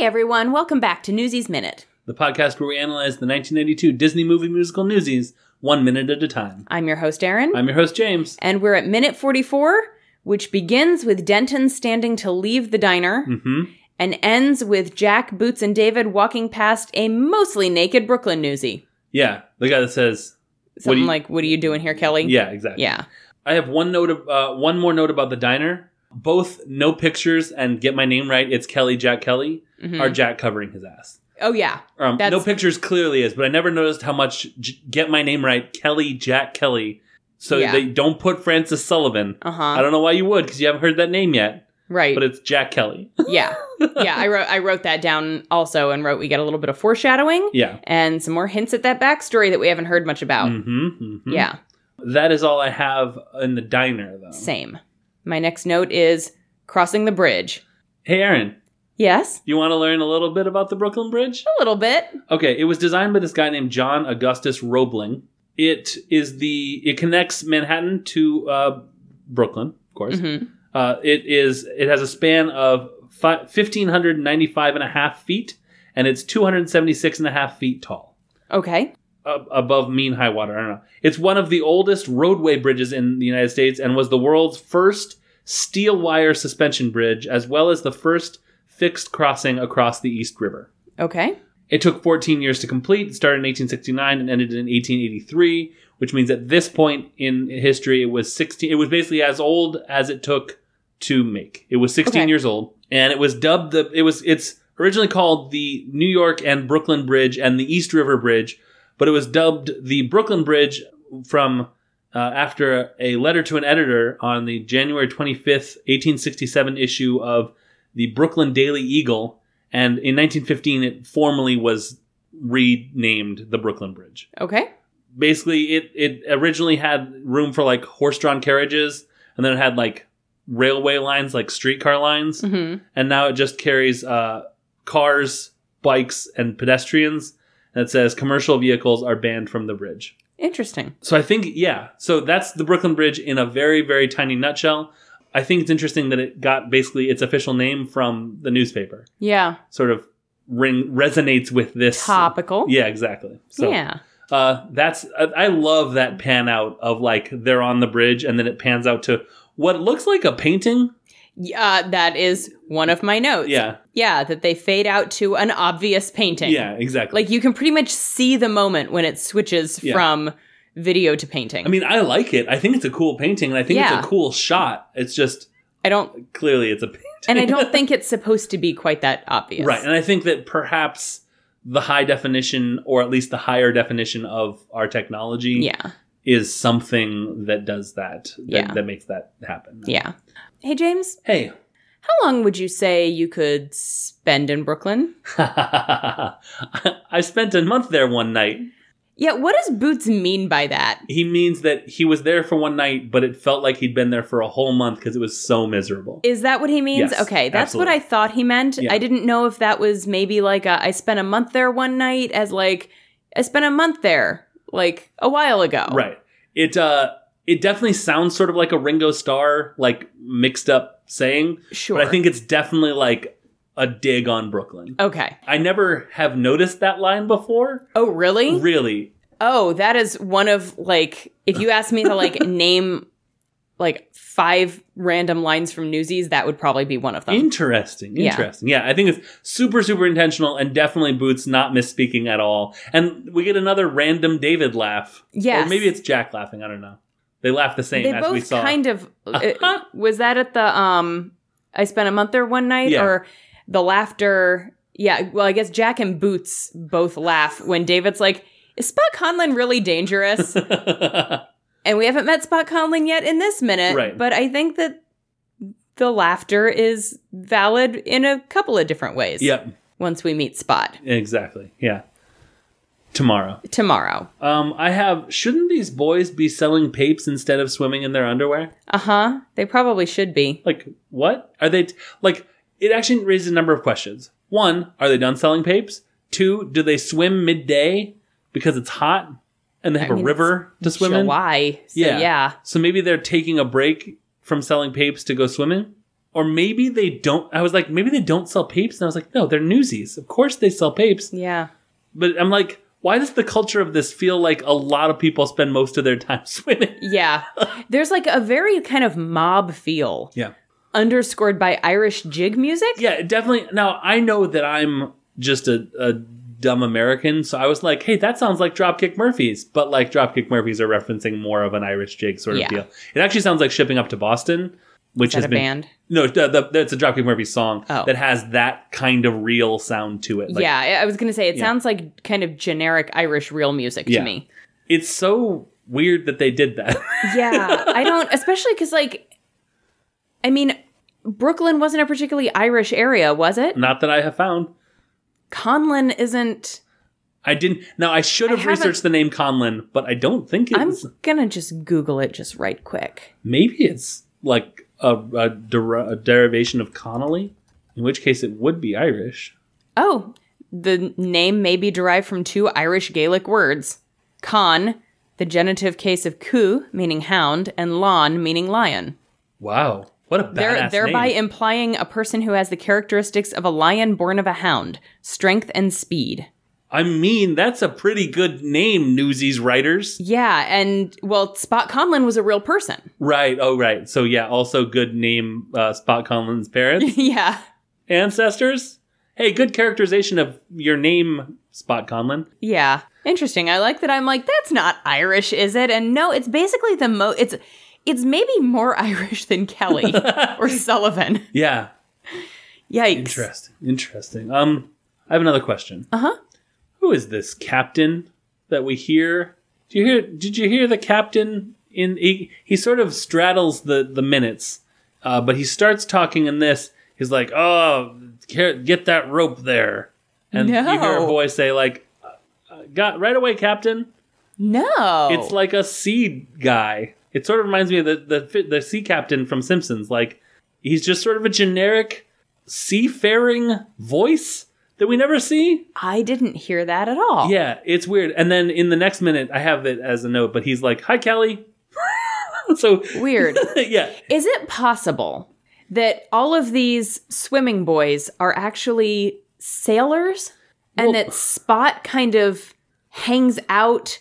everyone, welcome back to Newsies Minute. the podcast where we analyze the 1992 Disney movie musical Newsies one minute at a time. I'm your host, Erin, I'm your host, James. and we're at minute 44, which begins with Denton standing to leave the diner hmm and ends with Jack, Boots, and David walking past a mostly naked Brooklyn newsie. Yeah, the guy that says, Something you- like, What are you doing here, Kelly? yeah, exactly. Yeah. I have one note, of, uh, one more note about the diner. Both no pictures and get my name right. It's Kelly, Jack Kelly, Mhm. are Jack covering his ass. oh, yeah. Um, That's- no pictures clearly is, but I never noticed how much J- get my name right, Kelly, Jack Kelly. So Yeah. they don't put Francis Sullivan. Uh I huh. don't know why you would because you haven't heard that name yet, Right. but it's Jack Kelly. yeah. Yeah. I wrote, I wrote that down also and wrote, We get a little bit of foreshadowing yeah. and some more hints at that backstory that we haven't heard much about. Mhm, mhm. Yeah. That is all I have in the diner, though. Same. My next note is crossing the bridge. Hey, Aaron, Yes, you want to learn a little bit about the Brooklyn Bridge? a little bit. Okay, it was designed by this guy named John Augustus Roebling. It is the it connects Manhattan to uh, Brooklyn, of course. hmm Uh, it is it has a span of fi- 1595 and a half feet, and it's 276 and a half feet tall. Okay. ab- above mean high water. I don't know. It's one of the oldest roadway bridges in the United States and was the world's first steel wire suspension bridge, as well as the first fixed crossing across the East River. Okay. It took 14 years to complete. It started in 1869 and ended in 1883, which means at this point in history, it was 16. It was basically as old as it took to make. It was 16 Okay. years old, and it was dubbed the. It was it's originally called the New York and Brooklyn Bridge and the East River Bridge, but it was dubbed the Brooklyn Bridge from. Uh, after a letter to an editor on the January 25th, 1867 issue of the Brooklyn Daily Eagle, and in 1915, it formally was renamed the Brooklyn Bridge. Okay. Basically, it, it originally had room for like horse drawn carriages, and then it had like railway lines, like streetcar lines, hmm and now it just carries uh, cars, bikes, and pedestrians. And it says commercial vehicles are banned from the bridge. Interesting. So I think, yeah. So that's the Brooklyn Bridge in a very, very tiny nutshell. I think it's interesting that it got basically its official name from the newspaper Yeah. sort of ring resonates with this Topical. Yeah, exactly. So yeah. uh, that's I, I love that pan out of like they're on the bridge and then it pans out to what looks like a painting. Y- Uh, that is one of my notes. Yeah, Yeah. That they fade out to an obvious painting. yeah, exactly. Like you can pretty much see the moment when it switches Yeah. from video to painting. I mean, I like it. I think it's a cool painting and I think Yeah. it's a cool shot. It's just I don't, clearly it's a painting, and I don't think it's supposed to be quite that obvious. right? And I think that perhaps the high definition or at least the higher definition of our technology Yeah. is something that does that that, Yeah. that makes that happen. Yeah. Hey, James, Hey, How long would you say you could spend in Brooklyn? I spent a month there one night. Yeah, what does Boots mean by that? He means that he was there for one night, but it felt like he'd been there for a whole month because it was so miserable. Is that what he means? Yes, okay, that's what absolutely. I thought he meant. Yeah. I didn't know if that was maybe like a, I spent a month there one night as like I spent a month there like a while ago. Right. It uh it definitely sounds sort of like a Ringo Starr like mixed up saying, Sure. but I think it's definitely like a dig on Brooklyn. Okay. I never have noticed that line before. Oh, really? Really. Oh, that is one of like if you asked me to like name like five random lines from Newsies, that would probably be one of them. Interesting. Yeah. Interesting. Yeah. I think it's super, super intentional and definitely Boots not misspeaking at all. And we get another random David laugh. yes. Or maybe it's Jack laughing. I don't know. They laugh the same they as both we saw. kind of uh, was that at the um i spent a month there one night Yeah. or the laughter yeah well i guess jack and boots both laugh when david's like is spot conlin really dangerous and we haven't met spot conlin yet in this minute Right. but i think that the laughter is valid in a couple of different ways yep. once we meet spot Exactly. Yeah. Tomorrow. tomorrow Um, I have. Shouldn't these boys be selling papes instead of swimming in their underwear? uh-huh they probably should be Like, what are they? T- like, it actually raises a number of questions. One, are they done selling papes? Two, do they swim midday because it's hot and they have I mean, a river to swim in? july so yeah, So maybe they're taking a break from selling papes to go swimming, Or maybe they don't. I was like, maybe they don't sell papes. And I was like, no, they're newsies. Of course they sell papes. Yeah. But I'm like, why does the culture of this feel like a lot of people spend most of their time swimming? Yeah. There's like a very kind of mob feel Yeah. underscored by Irish jig music. Yeah, definitely. Now, I know that I'm just a, a dumb American. So I was like, hey, that sounds like Dropkick Murphys. But like Dropkick Murphys are referencing more of an Irish jig sort of Yeah. deal. It actually sounds like shipping up to Boston, which Is that has a been band? No, the, the, that's a Dropkick Murphys song Oh. that has that kind of real sound to it. Like, yeah. I- I was going to say, it Yeah. sounds like kind of generic Irish real music to Yeah. me. It's so weird that they did that. Yeah. I don't, especially because, like, I mean, Brooklyn wasn't a particularly Irish area, was it? Not that I have found. Conlon isn't. I didn't. Now, I should I have haven't- researched the name Conlon, but I don't think I'm it's. going to just Google it just right quick. Maybe it's like a, a, der- a derivation of Connolly, in which case it would be Irish. Oh, the name may be derived from two Irish Gaelic words con, the genitive case of coo, meaning hound, and lon, meaning lion. Wow. What a badass There, thereby name. implying a person who has the characteristics of a lion born of a hound strength and speed. I mean, that's a pretty good name, Newsies writers. Yeah, and well, Spot Conlon was a real person. Right. Oh, right. So, yeah, also good name, uh, Spot Conlon's parents. yeah. ancestors. Hey, good characterization of your name, Spot Conlon. Yeah. Interesting. I like that I'm like that's not Irish, is it? And no, it's basically the mo it's it's maybe more Irish than Kelly or Sullivan. Yeah, Yikes. interesting. Interesting. Um, I have another question. Uh-huh. Who is this captain that we hear? Do you hear? Did you hear the captain? In he, he sort of straddles the the minutes, uh, but he starts talking in this. He's like, "Oh, care- get that rope there," and you hear a No. voice say, "Like, uh, got right away, captain." No. It's like a sea guy. It sort of reminds me of the, the the sea captain from Simpsons. Like he's just sort of a generic seafaring voice that we never see. I didn't hear that at all. Yeah, it's weird. And then in the next minute, I have it as a note, but he's like, "Hi, Kelly." so Weird. yeah, Is it possible that all of these swimming boys are actually sailors and Well- that Spot kind of hangs out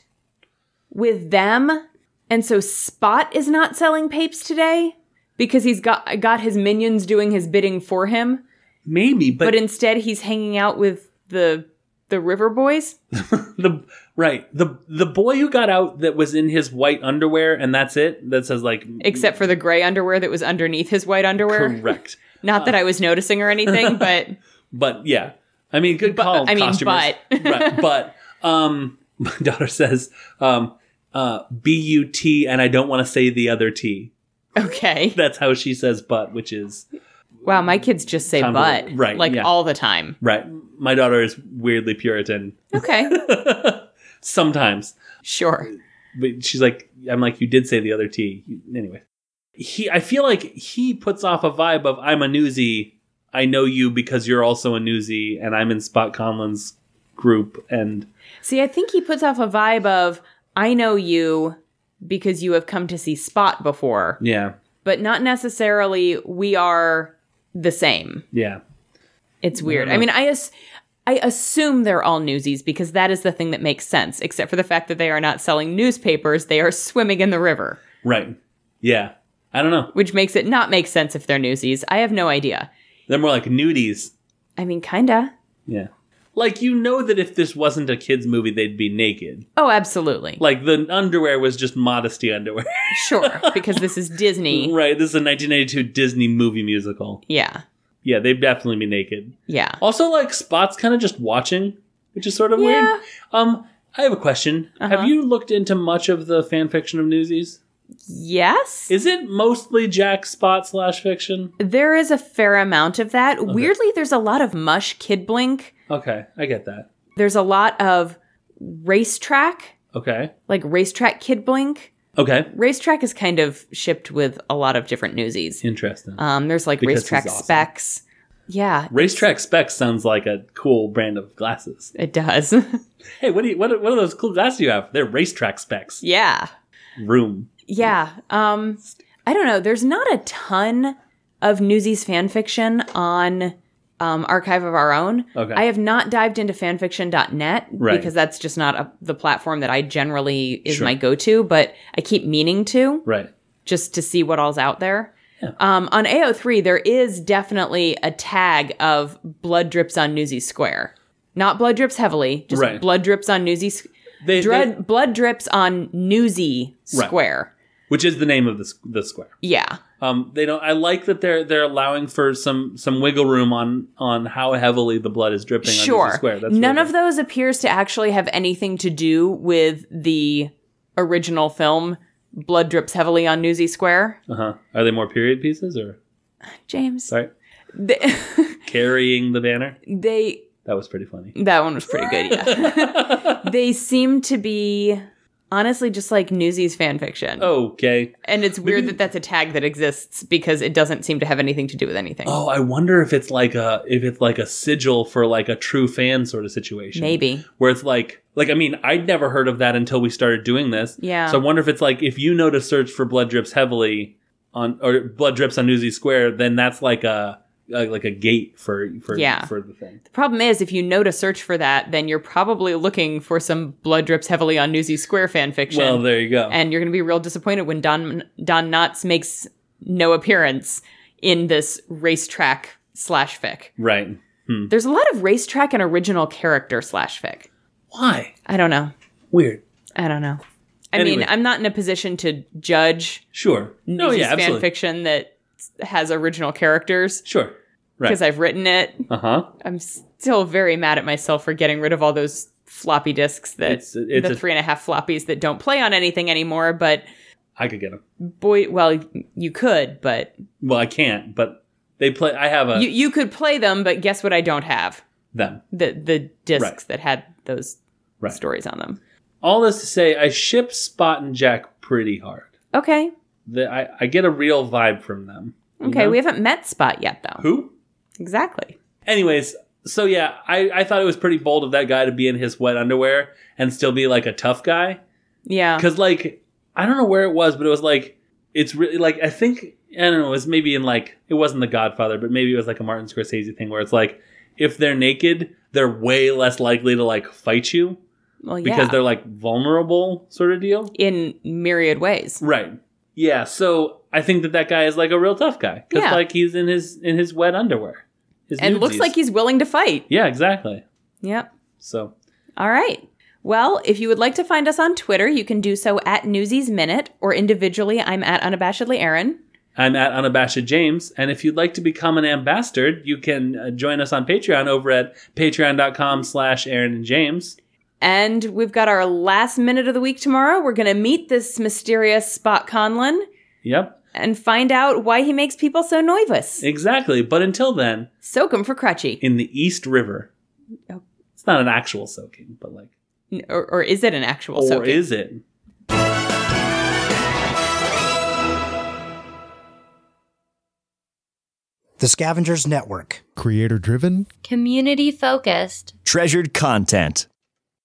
with them? And so Spot is not selling papes today because he's got got his minions doing his bidding for him, maybe, but but, instead he's hanging out with the the river boys? the right the the boy who got out that was in his white underwear and that's it. That says like Except for the gray underwear that was underneath his white underwear. correct. Not that I was noticing or anything, but But yeah, I mean, good call. I mean, costumers. but. right, but um, my daughter says um, uh, B U T, and I don't want to say the other T. okay. That's how she says but, which is Wow, my kids just say Tom butt Brady. Right, like yeah. all the time. right. My daughter is weirdly Puritan Okay, sometimes, sure. but she's like, I'm like, you did say the other T. Anyway, he, I feel like he puts off a vibe of I'm a newsie. I know you because you're also a newsie, and I'm in Spot Conlon's group, and See, I think he puts off a vibe of I know you because you have come to see Spot before, yeah, but not necessarily we are the same. yeah. It's weird. no. I mean, I as- I assume they're all newsies because that is the thing that makes sense, except for the fact that they are not selling newspapers, they are swimming in the river, Right. Yeah. I don't know. which makes it not make sense if they're newsies. I have no idea. They're more like nudies. I mean, kinda. Yeah. Like you know that if this wasn't a kids movie, they'd be naked. Oh, absolutely. Like the underwear was just modesty underwear. Sure, because this is Disney. right. This is a 1982 Disney movie musical. Yeah. Yeah, they'd definitely be naked. Yeah. Also, like Spot's kind of just watching, which is sort of Yeah. weird. Um, I have a question. Uh-huh. Have you looked into much of the fan fiction of Newsies? Yes. Is it mostly Jack Spot slash fiction? there is a fair amount of that. Weirdly, there's a lot of mush kid blink. Okay, I get that. There's a lot of racetrack, Okay, like racetrack kid blink. okay, Racetrack is kind of shipped with a lot of different newsies. interesting. Um, there's like Because he's racetrack awesome. specs. Yeah, Racetrack Specs sounds like a cool brand of glasses. it does. Hey, what do you, what, are- what are those cool glasses you have? They're racetrack specs. yeah. Room. Yeah. Um I don't know. There's not a ton of Newsies fan fiction on um, Archive of Our Own. Okay. I have not dived into fanfiction.net Right. because that's just not a, the platform that I generally is Sure. my go to, but I keep meaning to Right. just to see what all's out there. Um, on AO3, there is definitely a tag of blood drips on Newsy Square. Not blood drips heavily, just Right. blood drips on Newsy Square. They, they- Dread, blood drips on Newsy Right. Square. which is the name of the, s- the square. Yeah. Um, they don't. I like that they're they're allowing for some some wiggle room on on how heavily the blood is dripping. on sure. the square. That's None really of those appears to actually have anything to do with the original film. Blood drips heavily on Newsy Square. good. Uh-huh. Are they more period pieces or James, sorry they, carrying the banner? they That was pretty funny. that one was pretty good. Yeah, they seem to be honestly just like Newsies fan fiction, Okay. and it's weird Oh, that maybe- that's a tag that exists because it doesn't seem to have anything to do with anything. Oh, I wonder if it's like a if it's like a sigil for like a true fan sort of situation. Maybe. where it's like like I mean I'd never heard of that until we started doing this. Yeah. So I wonder if it's like if you know to search for blood drips heavily on or blood drips on Newsy Square, then that's like a, a like a gate for for Yeah. for the thing. The problem is, if you know to search for that, then you're probably looking for some blood drips heavily on Newsy Square fan fiction. Well, there you go. and you're going to be real disappointed when Don Don Knotts makes no appearance in this racetrack slash fic. right. Hmm. There's a lot of racetrack and original character slash fic. Why? I don't know. Weird. I don't know. I Anyway. mean, I'm not in a position to judge Sure. No, Newsies yeah, fan absolutely. fiction that has original characters Sure. Right. because I've written it. Uh huh. I'm still very mad at myself for getting rid of all those floppy disks that It's- it's the a- three and a half floppies that don't play on anything anymore. But I could get them. boy, well, you could, but Well, I can't, but they play. I have a you you could play them, but guess what? I don't have them. the the discs Right. that had those Right. stories on them. All this to say, I ship Spot and Jack pretty hard. Okay, The, I I get a real vibe from them. you okay. know? We haven't met Spot yet, though. who Exactly. Anyways, so yeah, I, I thought it was pretty bold of that guy to be in his wet underwear and still be like a tough guy. Yeah. Because, like, I don't know where it was, but it was like, it's really like, I think, I don't know, it was maybe in like, it wasn't The Godfather, but maybe it was like a Martin Scorsese thing where it's like, if they're naked, they're way less likely to like fight you Well, yeah. because they're like vulnerable, sort of deal. in myriad ways. Right. Yeah. So I think that that guy is like a real tough guy because Yeah. like he's in his in his wet underwear, his And looks nudesies. like he's willing to fight. yeah, exactly. Yep. So All right. Well, if you would like to find us on Twitter, you can do so at Newsies Minute or individually. I'm at Unabashedly Aaron. I'm at Unabashed James, and if you'd like to become an ambassador, you can uh, join us on Patreon over at patreon.com slash Aaron and James. And we've got our last minute of the week tomorrow. We're going to meet this mysterious Spot Conlon Yep, and find out why he makes people so nervous. exactly. But until then, Soak him for crutchy. in the East River, Oh. it's not an actual soaking, but like, N- Or, or is it an actual or soaking? is it? The Scavengers Network. Creator driven? Community focused. Treasured content.